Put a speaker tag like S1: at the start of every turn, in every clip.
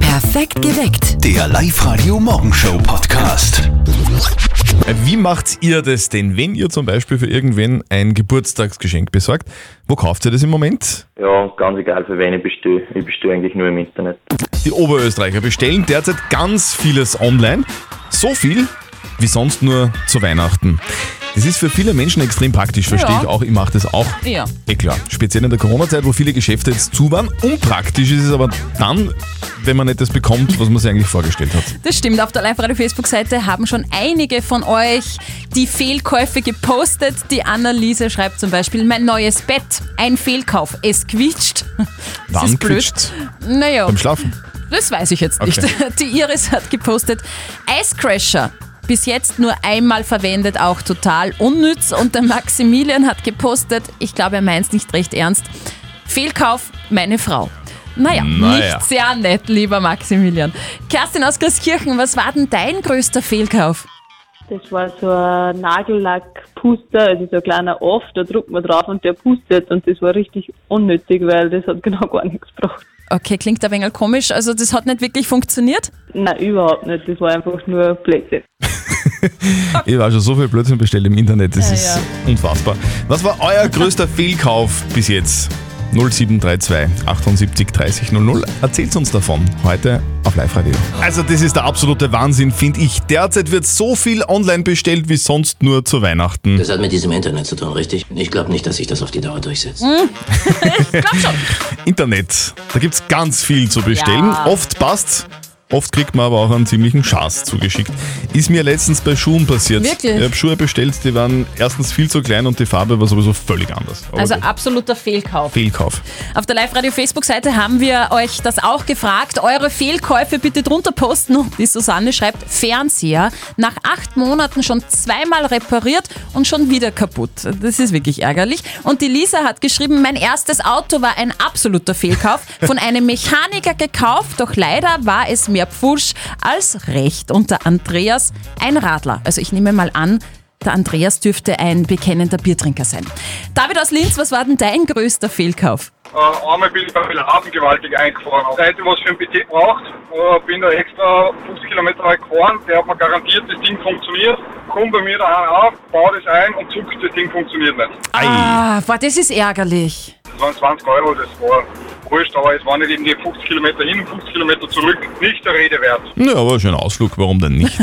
S1: Perfekt geweckt.
S2: Der Live-Radio Morgenshow Podcast.
S3: Wie macht ihr das denn, wenn ihr zum Beispiel für irgendwen ein Geburtstagsgeschenk besorgt? Wo kauft ihr das im Moment?
S4: Ja, ganz egal für wen ich bestelle. Ich bestelle eigentlich nur im Internet.
S3: Die Oberösterreicher bestellen derzeit ganz vieles online. So viel wie sonst nur zu Weihnachten. Das ist für viele Menschen extrem praktisch, verstehe
S5: Ja.
S3: ich auch. Ich mache das auch.
S5: Ja.
S3: Eh klar. Speziell in der Corona-Zeit, wo viele Geschäfte jetzt zu waren. Unpraktisch ist es aber dann, wenn man nicht das bekommt, was man sich eigentlich vorgestellt hat.
S5: Das stimmt. Auf der Live-Radio-Facebook-Seite haben schon einige von euch die Fehlkäufe gepostet. Die Anneliese schreibt zum Beispiel: Mein neues Bett, ein Fehlkauf, es quietscht. Das
S3: Wann
S5: ist blöd.
S3: quietscht's?
S5: Naja,
S3: Beim Schlafen.
S5: das weiß ich jetzt nicht.
S3: Okay.
S5: Die Iris hat gepostet: Eiscrasher. Bis jetzt nur einmal verwendet, auch total unnütz. Und der Maximilian hat gepostet, ich glaube, er meint es nicht recht ernst. Fehlkauf, meine Frau. Naja,
S3: Naja.
S5: nicht sehr nett, lieber Maximilian. Kerstin aus Christkirchen, was war denn dein größter Fehlkauf?
S6: Das war so ein Nagellackpuster, also so ein kleiner Off, da drückt man drauf und der pustet und das war richtig unnötig, weil das hat genau gar nichts gebracht.
S5: Okay, klingt ein wenig komisch. Also das hat nicht wirklich funktioniert.
S6: Nein, überhaupt nicht, das war einfach nur Blödsinn.
S3: Ich war schon so viel Blödsinn bestellt im Internet, das
S5: Ja,
S3: ist
S5: ja.
S3: unfassbar. Was war euer größter Fehlkauf bis jetzt? 0732 78 30 00. Erzählt uns davon heute auf Live-Radio. Also, das ist der absolute Wahnsinn, finde ich. Derzeit wird so viel online bestellt wie sonst nur zu Weihnachten.
S7: Das hat mit diesem Internet zu tun, richtig? Ich glaube nicht, dass sich das auf die Dauer durchsetzt.
S3: Internet, da gibt es ganz viel zu bestellen.
S5: Ja.
S3: Oft passt. Oft kriegt man aber auch einen ziemlichen Schatz zugeschickt. Ist mir letztens bei Schuhen passiert.
S5: Wirklich?
S3: Ich habe Schuhe bestellt, die waren erstens viel zu klein und die Farbe war sowieso völlig anders. Aber
S5: Also
S3: gut.
S5: absoluter Fehlkauf.
S3: Fehlkauf.
S5: Auf der Live-Radio-Facebook-Seite haben wir euch das auch gefragt. Eure Fehlkäufe bitte drunter posten. Und die Susanne schreibt, Fernseher nach acht Monaten schon zweimal repariert und schon wieder kaputt. Das ist wirklich ärgerlich. Und die Lisa hat geschrieben, mein erstes Auto war ein absoluter Fehlkauf. Von einem Mechaniker gekauft, doch leider war es mehr Pfusch als recht. Und der Andreas ein Radler. Also ich nehme mal an, der Andreas dürfte ein bekennender Biertrinker sein. David aus Linz, was war denn dein größter Fehlkauf?
S8: Äh, einmal bin ich bei Wilhelmhaven gewaltig eingefahren. Seite, was für ein PC braucht, äh, bin da extra 50 Kilometer weit gefahren. Der hat mir garantiert, das Ding funktioniert. Komm bei mir daheim auf, baue das ein und zuckt, das Ding funktioniert nicht.
S3: Ei.
S5: Ah, boah, das ist ärgerlich.
S8: Das waren 20 Euro, das war wurscht, aber es waren nicht eben die 50 Kilometer hin und 50 Kilometer zurück. Nicht der Rede wert.
S3: Ja, aber ein schöner Ausflug, warum denn nicht?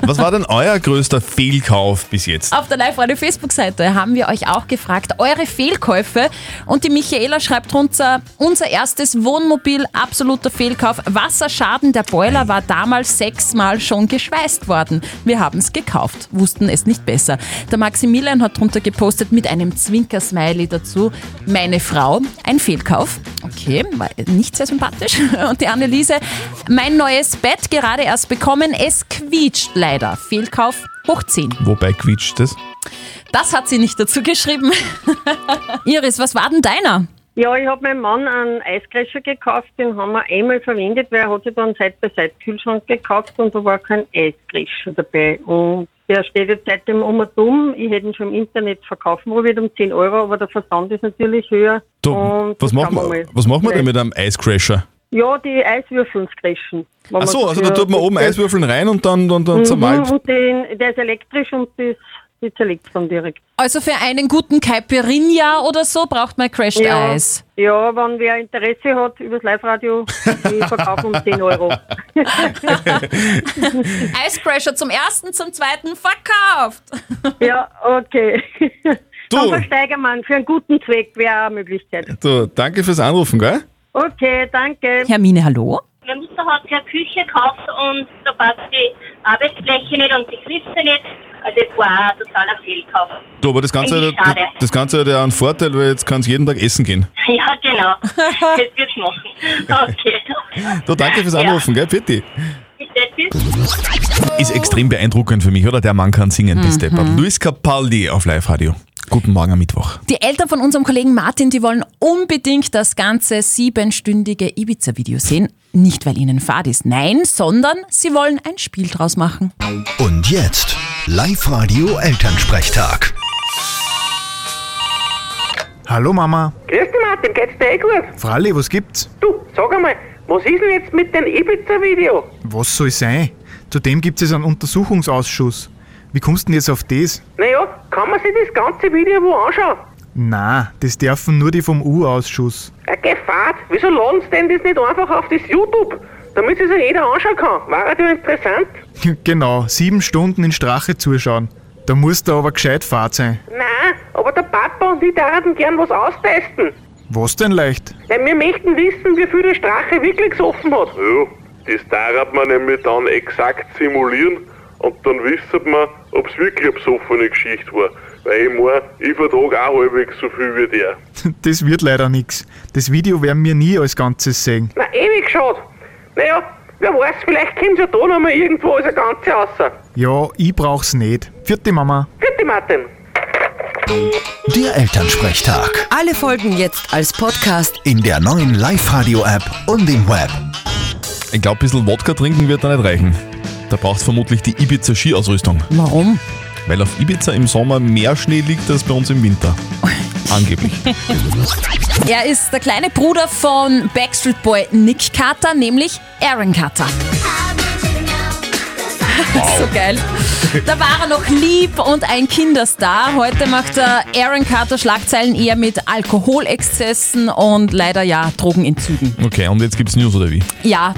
S3: Was war denn euer größter Fehlkauf bis jetzt?
S5: Auf der Live-Radio-Facebook-Seite haben wir euch auch gefragt, eure Fehlkäufe. Und die Michaela schreibt runter, unser erstes Wohnmobil, absoluter Fehlkauf. Wasserschaden, der Boiler war damals sechsmal schon geschweißt worden. Wir haben es gekauft, wussten es nicht besser. Der Maximilian hat drunter gepostet mit einem Zwinkersmiley dazu, meine Frau, ein Fehlkauf. Okay, war nicht sehr sympathisch. Und die Anneliese, mein neues Bett gerade erst bekommen, es quietscht leider. Fehlkauf hoch 10.
S3: Wobei quietscht es?
S5: Das hat sie nicht dazu geschrieben. Iris, was war denn deiner?
S9: Ja, ich habe meinem Mann einen Eiscrasher gekauft, den haben wir einmal verwendet, weil er hat sich dann Seit-bei-Seit-Kühlschrank gekauft und da war kein Eiscrasher dabei. Und der steht jetzt seitdem um und um. Ich hätte ihn schon im Internet verkaufen wollen, um 10 Euro, aber der Versand ist natürlich höher.
S3: Du,
S9: Und
S3: was
S9: Ähm, das
S3: macht
S9: kann
S3: man,
S9: mal
S3: was macht man denn
S9: vielleicht-
S3: mit einem Eiscrasher?
S9: Ja, die Eiswürfeln crashen. Wenn man
S3: Achso, also da
S9: dafür-
S3: tut man oben Eiswürfeln rein und dann, dann, dann
S9: Mhm,
S3: zermalmt.
S9: und den, der ist elektrisch und das, die zerlegt dann direkt.
S5: Also für einen guten Caipirinha oder so braucht man Crashed Eis.
S9: ja, wenn wer Interesse hat, übers Live-Radio, ich verkaufe um 10 Euro.
S5: Eiscrasher zum ersten, zum zweiten verkauft.
S9: Ja, okay.
S3: Du.
S9: Dann versteigern wir ihn. für einen guten Zweck wäre auch eine Möglichkeit.
S3: So, danke fürs Anrufen, gell?
S9: Okay, danke.
S5: Hermine, hallo?
S10: Meine Mutter hat ja Küche gekauft und da passt die Arbeitsfläche nicht und die Griffe nicht. Also das war ein totaler Fehlkauf.
S3: Du, aber das Ganze,
S10: Eigentlich
S3: hat,
S10: schade.
S3: das Ganze hat ja einen Vorteil, weil jetzt kannst du jeden Tag essen gehen.
S10: Ja, genau. Das wird's machen. Okay.
S3: Du, danke fürs
S10: Ja.
S3: Anrufen, gell? Bitte.
S10: Bitte, tschüss.
S3: Ist extrem beeindruckend für mich, oder? Der Mann kann singen, bis
S9: Mhm.
S3: deppert. Luis Capaldi auf Live-Radio. Guten Morgen am Mittwoch.
S5: Die Eltern von unserem Kollegen Martin, die wollen unbedingt das ganze siebenstündige Ibiza-Video sehen. Nicht, weil ihnen fad ist, nein, sondern sie wollen ein Spiel draus machen.
S2: Und jetzt Live-Radio Elternsprechtag.
S11: Hallo Mama.
S9: Grüß dich, Martin. Geht's dir eh gut?
S11: Fralli, was gibt's?
S9: Du, sag einmal,
S1: Was ist denn jetzt mit dem Ibiza-Video?
S11: Was soll sein? Zudem gibt es einen Untersuchungsausschuss. Wie kommst du denn jetzt auf das?
S1: Naja, kann man sich das ganze Video wo anschauen?
S11: Na, das dürfen nur die vom U-Ausschuss.
S1: Eine Gefahr, wieso laden sie denn das nicht einfach auf das YouTube? Damit sich ja jeder anschauen kann. War das interessant?
S11: genau, sieben Stunden in Strache zuschauen. Da musst du aber gescheit fahrt sein.
S1: Nein, aber der Papa und ich würden gern was austesten.
S11: Was denn leicht?
S1: Weil wir möchten wissen, wie viel der Strache wirklich gesoffen hat.
S12: Ja, das darf man nämlich dann exakt simulieren und dann wissen wir, ob es wirklich eine besoffene Geschichte war. Weil ich meine, ich vertrage auch halbwegs so viel wie der.
S11: Das wird leider nix. Das Video werden wir nie als Ganzes sehen.
S1: Na, ewig schade. Naja, wer weiß, vielleicht kommt ja da nochmal irgendwo als ein Ganze raus.
S11: Ja, ich brauch's nicht. Vierte Mama.
S1: Vierte Martin.
S2: Der Elternsprechtag.
S13: Alle Folgen jetzt als Podcast.
S2: In der neuen Live-Radio-App und im Web.
S3: Ich glaube, ein bisschen Wodka trinken wird da nicht reichen. Da braucht vermutlich die Ibiza Skiausrüstung.
S5: Warum?
S3: Weil auf Ibiza im Sommer mehr Schnee liegt als bei uns im Winter. Angeblich.
S5: Er ist der kleine Bruder von Backstreet Boy Nick Carter, nämlich Aaron Carter. so geil. Da war er noch lieb und ein Kinderstar. Heute macht er Aaron Carter Schlagzeilen eher mit Alkoholexzessen und leider ja Drogenentzügen.
S3: Okay, und jetzt gibt's News oder wie?
S5: Ja,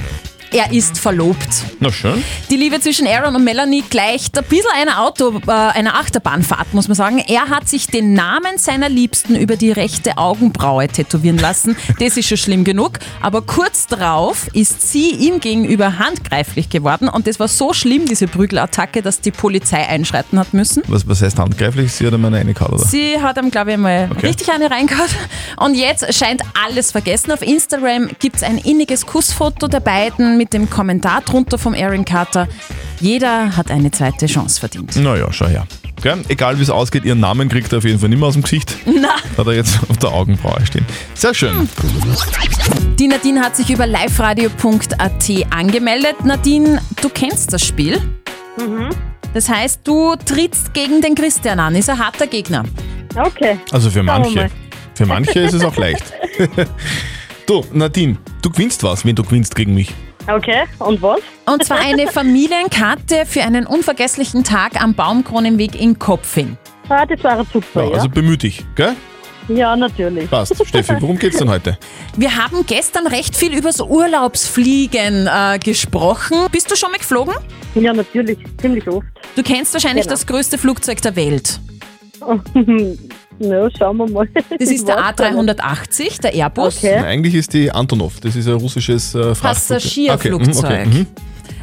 S5: er ist verlobt.
S3: Na schön.
S5: Die Liebe zwischen Aaron und Melanie gleicht ein bisschen einer, Auto, äh, einer Achterbahnfahrt, muss man sagen. Er hat sich den Namen seiner Liebsten über die rechte Augenbraue tätowieren lassen. Das ist schon schlimm genug. Aber kurz darauf ist sie ihm gegenüber handgreiflich geworden. Und das war so schlimm, diese Prügelattacke, dass die Polizei einschreiten hat müssen.
S3: Was, was heißt handgreiflich? Sie hat einmal eine Karte, oder?
S5: Sie hat ihm, glaube ich, mal
S3: Okay.
S5: richtig eine reingehauen. Und jetzt scheint alles vergessen. Auf Instagram gibt es ein inniges Kussfoto der beiden mit dem Kommentar drunter vom Aaron Carter. Jeder hat eine zweite Chance verdient.
S3: Naja, schau her. Gell? Egal wie es ausgeht, ihren Namen kriegt er auf jeden Fall nicht mehr aus dem Gesicht.
S5: Na.
S3: Hat er jetzt auf der Augenbraue stehen. Sehr schön.
S5: Die Nadine hat sich über liveradio.at angemeldet. Nadine, du kennst das Spiel.
S9: Mhm.
S5: Das heißt, du trittst gegen den Christian an. Ist ein harter Gegner.
S9: Okay.
S3: Also für
S5: Schauen wir
S3: manche.
S5: mal.
S3: Für manche ist es auch leicht. du, Nadine, du gewinnst was, wenn du gewinnst gegen mich.
S5: Okay, und was? Und zwar eine Familienkarte für einen unvergesslichen Tag am Baumkronenweg in Kopfing.
S9: Ah, das war super,
S3: Ja, also bemühe dich, gell?
S9: Ja, natürlich.
S3: Passt. Steffi, worum geht's denn heute?
S5: Wir haben gestern recht viel übers Urlaubsfliegen äh, gesprochen. Bist du schon mal geflogen?
S9: Ja, natürlich, ziemlich oft.
S5: Du kennst wahrscheinlich
S9: Genau.
S5: das größte Flugzeug der Welt.
S9: Na, schauen wir mal.
S5: Das ist der A380, der Airbus.
S3: Nein, eigentlich ist die Antonov. Das ist ein russisches äh, Frachtflugzeug.
S5: Passagierflugzeug.
S3: Okay, mhm, okay, mhm.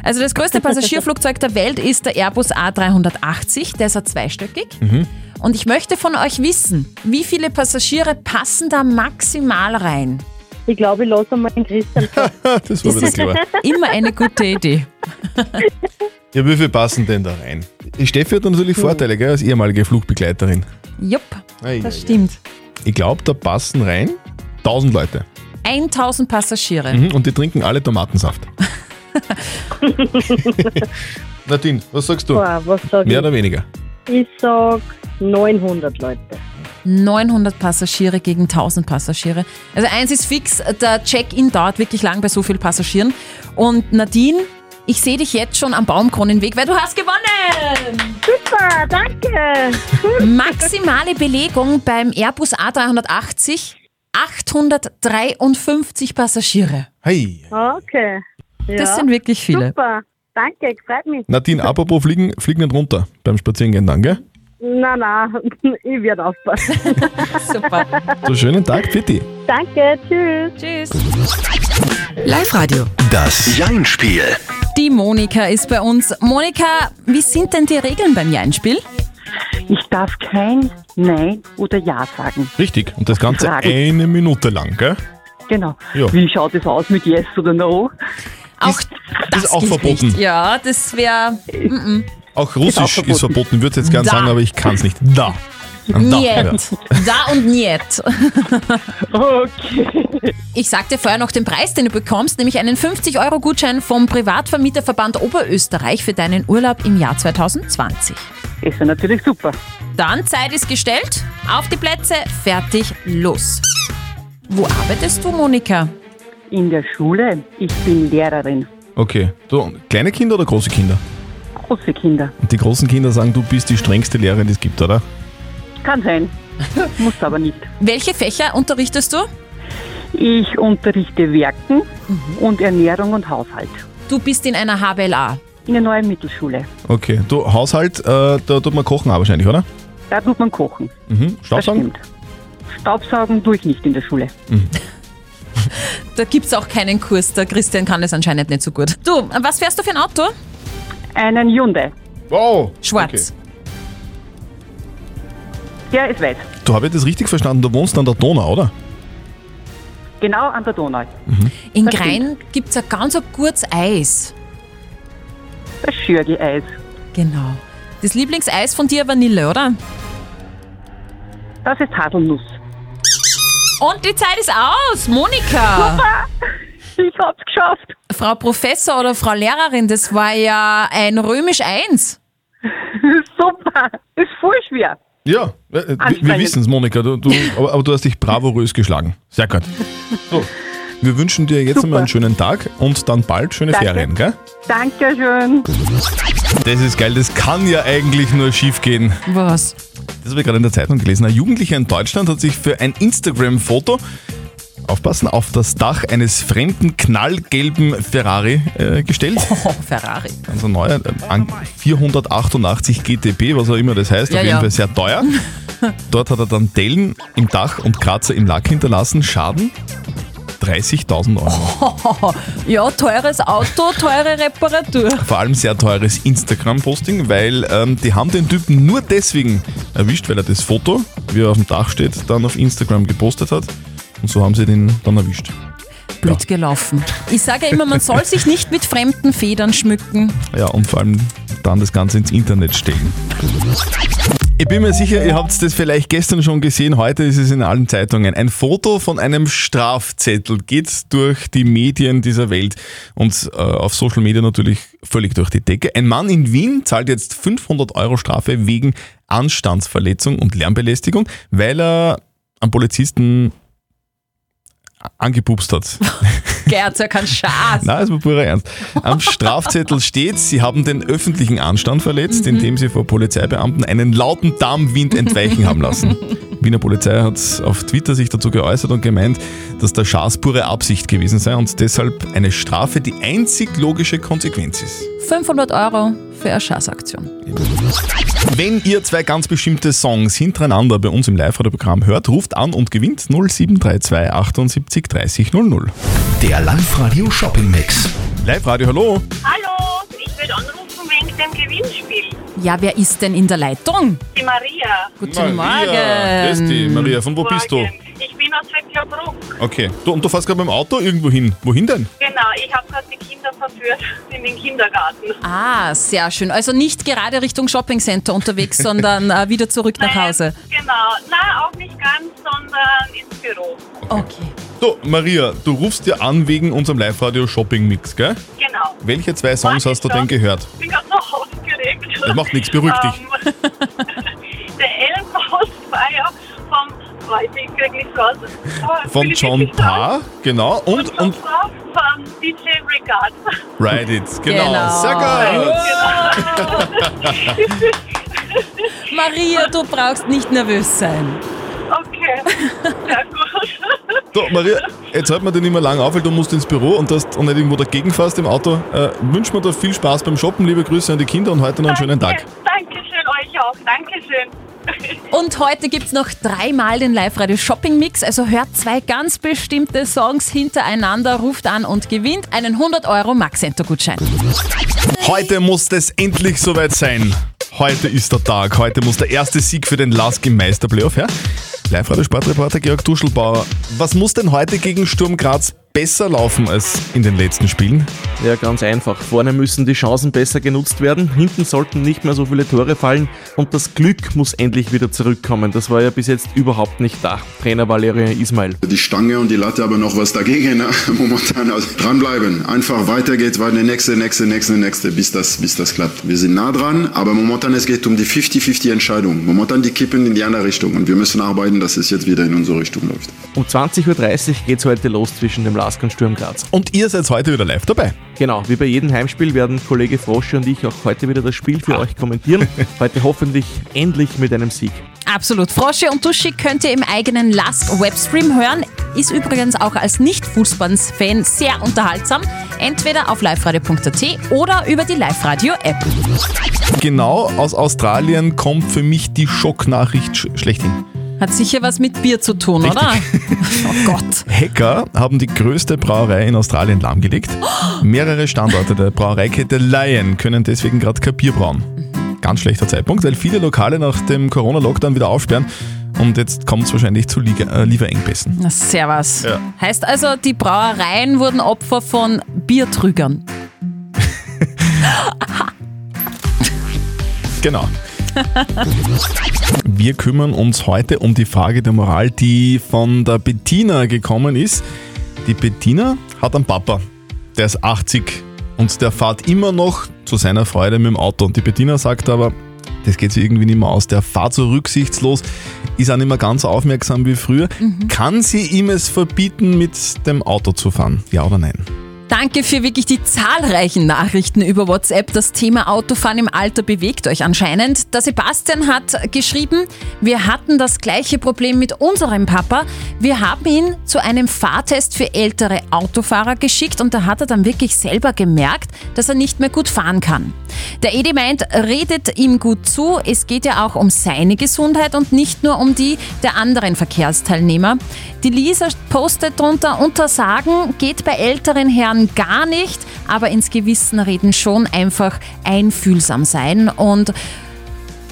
S5: Also das größte Passagierflugzeug der Welt ist der Airbus A380. Der ist ja zweistöckig.
S3: Mhm.
S5: Und ich möchte von euch wissen, wie viele Passagiere passen da maximal rein?
S9: Ich glaube, ich lasse mal den Christian.
S3: Ah, das war wieder klar.
S5: Immer eine gute Idee.
S3: Ja, wie viel passen denn da rein? Die Steffi hat natürlich Vorteile, gell, als ehemalige Flugbegleiterin.
S5: Jupp,
S3: Hm. Ei, ei,
S5: das stimmt.
S3: Ich glaube, da passen rein 1000 Leute.
S5: 1000 Passagiere.
S3: Mhm, und die trinken alle Tomatensaft. Nadine, was sagst du?
S9: Boah, was sag
S3: Mehr
S9: ich?
S3: oder weniger?
S9: Ich sag 900 Leute.
S5: 900 Passagiere gegen 1000 Passagiere. Also eins ist fix, der Check-in dauert wirklich lang bei so vielen Passagieren. Und Nadine, ich sehe dich jetzt schon am Baumkronenweg, weil du hast gewonnen! Super, danke! Maximale Belegung beim Airbus A380, 853 Passagiere.
S3: Hey.
S9: Okay.
S5: Das sind wirklich viele.
S9: Super, danke, freut mich.
S3: Nadine, apropos fliegen, fliegen nicht runter beim Spazierengehen dann, gell?
S9: Na, na, ich werde aufpassen.
S5: Super.
S3: So schönen Tag, Fitti.
S9: Danke,
S5: Tschüss.
S9: tschüss.
S13: Live-Radio.
S2: Das Jein-Spiel.
S5: Die Monika ist bei uns. Monika, wie sind denn die Regeln beim Jeinspiel?
S14: Ich darf kein Nein oder Ja sagen.
S3: Richtig, und das Ganze
S14: Fragen.
S3: eine Minute lang, gell?
S14: Genau.
S3: Ja.
S14: Wie schaut es aus mit Yes oder No?
S5: Auch
S3: Das ist auch
S5: gilt
S3: verboten.
S5: Nicht. Ja, das wäre.
S3: Auch Russisch ist verboten, würde jetzt gern
S5: Da.
S3: sagen, aber ich kann es nicht. Da. Ein Da. ja.
S5: Niet. Da und niet. Okay. Ich sagte vorher noch den Preis, den du bekommst, nämlich einen 50-Euro-Gutschein vom Privatvermieterverband Oberösterreich für deinen Urlaub im Jahr 2020.
S14: Ist ja natürlich super.
S5: Dann Zeit ist gestellt, auf die Plätze, fertig, los. Wo arbeitest du, Monika?
S14: in der Schule. Ich bin Lehrerin.
S3: Okay. Du, kleine Kinder oder große Kinder?
S14: Große Kinder.
S3: Und die großen Kinder sagen, du bist die strengste Lehrerin, die es gibt, oder?
S14: Kann sein. Muss aber nicht.
S5: Welche Fächer unterrichtest du?
S14: Ich unterrichte Werken
S3: Mhm.
S14: und Ernährung und Haushalt.
S5: Du bist in einer HBLA.
S14: In der neuen Mittelschule.
S3: Okay. Du, Haushalt, äh, da tut man kochen auch wahrscheinlich, oder?
S14: Da tut man kochen.
S3: Mhm. Staubsaugen?
S14: Staubsaugen tue ich nicht in der Schule.
S5: Da gibt es auch keinen Kurs. Der Christian kann das anscheinend nicht so gut. Du, was fährst du für ein Auto?
S14: Einen Hyundai.
S3: Wow.
S5: Schwarz.
S14: Der ist weiß.
S3: Du habe ich das richtig verstanden, du wohnst an der Donau, oder?
S14: Genau an der Donau.
S5: In Grein gibt es ein ganz ein gutes Eis.
S14: Das Schürgi-Eis.
S5: Genau. Das Lieblingseis von dir Vanille, oder?
S14: Das ist Haselnuss.
S5: Und die Zeit ist aus, Monika.
S14: Super, ich hab's geschafft.
S5: Frau Professor oder Frau Lehrerin, das war ja ein römisch 1.
S14: Super, ist voll schwer.
S3: Ja, äh, äh, wir, wir wissen es, Monika, du, du, aber, aber du hast dich bravourös geschlagen. Sehr gut. So, wir wünschen dir jetzt einmal einen schönen Tag und dann bald schöne
S14: Danke.
S3: Ferien, gell?
S14: Dankeschön.
S3: Das ist geil, das kann ja eigentlich nur schief gehen.
S5: Was?
S3: Das habe ich gerade in der Zeitung gelesen. Ein Jugendlicher in Deutschland hat sich für ein Instagram-Foto, aufpassen, auf das Dach eines fremden, knallgelben Ferrari äh, gestellt.
S5: Oh, Ferrari.
S3: Also ein neuer, äh, an- 488 GTP, was auch immer das heißt,
S5: Ja,
S3: auf jeden
S5: ja.
S3: Fall sehr teuer. Dort hat er dann Dellen im Dach und Kratzer im Lack hinterlassen. Schaden 30.000 Euro.
S5: Ja, teures Auto, teure Reparatur.
S3: vor allem sehr teures Instagram-Posting, weil ähm, die haben den Typen nur deswegen erwischt, weil er das Foto, wie er auf dem Dach steht, dann auf Instagram gepostet hat. Und so haben sie den dann erwischt.
S5: Blöd gelaufen. Ich sage ja immer, man soll sich nicht mit fremden Federn schmücken.
S3: Ja, und vor allem dann das Ganze ins Internet stellen. Ich bin mir sicher, ihr habt das vielleicht gestern schon gesehen, heute ist es in allen Zeitungen. Ein Foto von einem Strafzettel geht durch die Medien dieser Welt und äh, auf Social Media natürlich völlig durch die Decke. Ein Mann in Wien zahlt jetzt 500 Euro Strafe wegen Anstandsverletzung und Lärmbelästigung, weil er einen Polizisten angepupst hat.
S5: Gerzer kann Schaß.
S3: Nein, ist mir purer Ernst. Am Strafzettel steht, sie haben den öffentlichen Anstand verletzt, indem sie vor Polizeibeamten einen lauten Darmwind entweichen haben lassen. Wiener Polizei hat auf Twitter sich dazu geäußert und gemeint, dass der Schaß pure Absicht gewesen sei und deshalb eine Strafe die einzig logische Konsequenz ist.
S5: 500 Euro für eine Schaßaktion.
S3: Wenn ihr zwei ganz bestimmte Songs hintereinander bei uns im Live-Radio-Programm hört, ruft an und gewinnt 0732 78 30 00.
S2: Der Live-Radio Shopping Mix.
S3: Live-Radio, hallo!
S10: Hallo, ich würde anrufen wegen dem Gewinnspiel.
S5: Ja, wer ist denn in der Leitung?
S10: Die Maria.
S5: Guten
S3: Maria,
S5: Morgen.
S3: grüß dich, Maria, von wo bist du?
S10: Ich bin aus Wöcklerbruck.
S3: Okay. Du, und du fährst gerade mit dem Auto irgendwo hin. Wohin denn?
S10: Genau, ich habe gerade die Kinder verführt in den Kindergarten.
S5: Ah, sehr schön. Also nicht gerade Richtung Shoppingcenter unterwegs, sondern äh, wieder zurück nach Hause.
S10: Genau, na auch nicht ganz, sondern ins Büro.
S5: Okay.
S3: Du, Maria, du rufst dir an wegen unserem Live-Radio Shopping Mix, gell?
S10: Genau.
S3: Welche zwei Songs hast du denn gehört?
S10: Ich bin gerade noch aufgeregt.
S3: Das macht nichts, beruhig dich.
S10: Ähm, der Ellenhausfeier vom, weiß ich wirklich was,
S3: Von John Parr, genau, und, und
S10: vom DJ Regard.
S3: Ride It, genau.
S10: Genau.
S3: Sehr gut.
S5: Maria, du brauchst nicht nervös sein.
S10: Okay, sehr gut.
S3: Du, Maria, jetzt hört man den immer lang auf, weil du musst ins Büro und, hast, und nicht irgendwo dagegen fährst im Auto. Äh, wünsch mir da viel Spaß beim Shoppen, liebe Grüße an die Kinder und heute noch einen schönen Tag.
S10: Dankeschön euch auch, Dankeschön.
S5: Und heute gibt es noch dreimal den Live-Radio Shopping Mix. Also hört zwei ganz bestimmte Songs hintereinander, ruft an und gewinnt einen 100 Euro Max-Center-Gutschein.
S3: Heute muss es endlich soweit sein. Heute ist der Tag. Heute muss der erste Sieg für den Lask im Meisterplayoff her. Live-Radio Sportreporter Georg Duschelbauer. Was muss denn heute gegen Sturm Graz besser laufen als in den letzten Spielen?
S15: Ja, ganz einfach. Vorne müssen die Chancen besser genutzt werden, hinten sollten nicht mehr so viele Tore fallen und das Glück muss endlich wieder zurückkommen. Das war ja bis jetzt überhaupt nicht da. Trainer Valerio Ismail.
S16: Die Stange und die Latte aber noch was dagegen, ne? momentan. Also dranbleiben, einfach weiter geht's, weiter, nächste, nächste, nächste, nächste, bis das, bis das klappt. Wir sind nah dran, aber momentan es geht um die 50-50 Entscheidung. Momentan die kippen in die andere Richtung und wir müssen arbeiten, dass es jetzt wieder in unsere Richtung läuft.
S15: Um 20.30 Uhr geht's heute los zwischen dem Lask Sturm Graz.
S3: Und ihr seid heute wieder live dabei.
S15: Genau, wie bei jedem Heimspiel werden Kollege Frosche und ich auch heute wieder das Spiel
S17: Ah.
S15: für euch kommentieren. Heute hoffentlich endlich mit einem Sieg.
S5: Absolut. Frosche und Duschi könnt ihr im eigenen Lask-Webstream hören. Ist übrigens auch als Nicht-Fußballs-Fan sehr unterhaltsam. Entweder auf liveradio.at oder über die Live-Radio-App.
S3: Genau aus Australien kommt für mich die Schocknachricht sch schlechthin.
S5: Hat sicher was mit Bier zu tun, oder? oh Gott.
S3: Hacker haben die größte Brauerei in Australien lahmgelegt. Mehrere Standorte der Brauereikette Lion können deswegen gerade kein Bier brauen. Ganz schlechter Zeitpunkt, weil viele Lokale nach dem Corona-Lockdown wieder aufsperren und jetzt kommt es wahrscheinlich zu Liga äh, Lieferengpässen.
S5: Na, sehr was.
S3: Ja.
S5: Heißt also, die Brauereien wurden Opfer von Biertrügern.
S3: Genau. Wir kümmern uns heute um die Frage der Moral, die von der Bettina gekommen ist. Die Bettina hat einen Papa, der ist 80 und der fährt immer noch zu seiner Freude mit dem Auto. Und die Bettina sagt aber, das geht sich irgendwie nicht mehr aus. Der fährt so rücksichtslos, ist auch nicht mehr ganz so aufmerksam wie früher. Kann sie ihm es verbieten, mit dem Auto zu fahren? Ja oder nein?
S5: Danke für wirklich die zahlreichen Nachrichten über WhatsApp. Das Thema Autofahren im Alter bewegt euch anscheinend. Der Sebastian hat geschrieben, wir hatten das gleiche Problem mit unserem Papa. Wir haben ihn zu einem Fahrtest für ältere Autofahrer geschickt und da hat er dann wirklich selber gemerkt, dass er nicht mehr gut fahren kann. Der Edi meint, redet ihm gut zu. Es geht ja auch um seine Gesundheit und nicht nur um die der anderen Verkehrsteilnehmer. Die Lisa postet drunter, untersagen geht bei älteren Herren gar nicht, aber ins Gewissen reden schon einfach einfühlsam sein und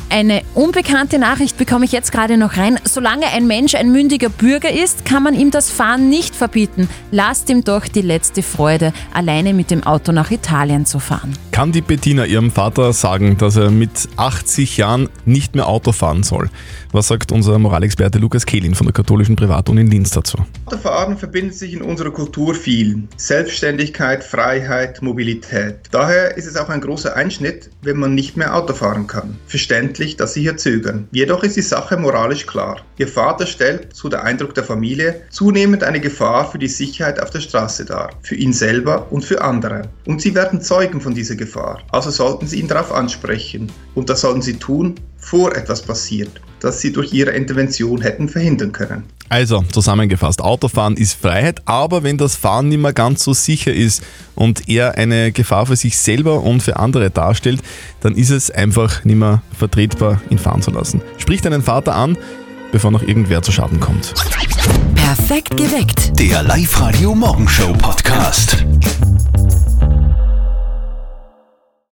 S5: eine unbekannte Nachricht bekomme ich jetzt gerade noch rein. Solange ein Mensch ein mündiger Bürger ist, kann man ihm das Fahren nicht verbieten. Lasst ihm doch die letzte Freude, alleine mit dem Auto nach Italien zu fahren.
S3: Kann die Bettina ihrem Vater sagen, dass er mit 80 Jahren nicht mehr Auto fahren soll? Was sagt unser Moralexperte Lukas Kehlin von der katholischen Privatuni in Linz dazu?
S17: Autofahren verbindet sich in unserer Kultur viel. Selbstständigkeit, Freiheit, Mobilität. Daher ist es auch ein großer Einschnitt, wenn man nicht mehr Auto fahren kann. Verständlich, dass sie hier zögern. Jedoch ist die Sache moralisch klar. Ihr Vater stellt, so der Eindruck der Familie, zunehmend eine Gefahr für die Sicherheit auf der Straße dar. Für ihn selber und für andere. Und sie werden Zeugen von dieser Gefahr. Also sollten sie ihn darauf ansprechen. Und das sollten sie tun, vor etwas passiert, das sie durch ihre Intervention hätten verhindern können.
S3: Also, zusammengefasst, Autofahren ist Freiheit, aber wenn das Fahren nicht mehr ganz so sicher ist und er eine Gefahr für sich selber und für andere darstellt, dann ist es einfach nicht mehr vertretbar, ihn fahren zu lassen. Sprich deinen Vater an, bevor noch irgendwer zu Schaden kommt.
S13: Perfekt geweckt.
S2: Der Live-Radio Morgenshow Podcast.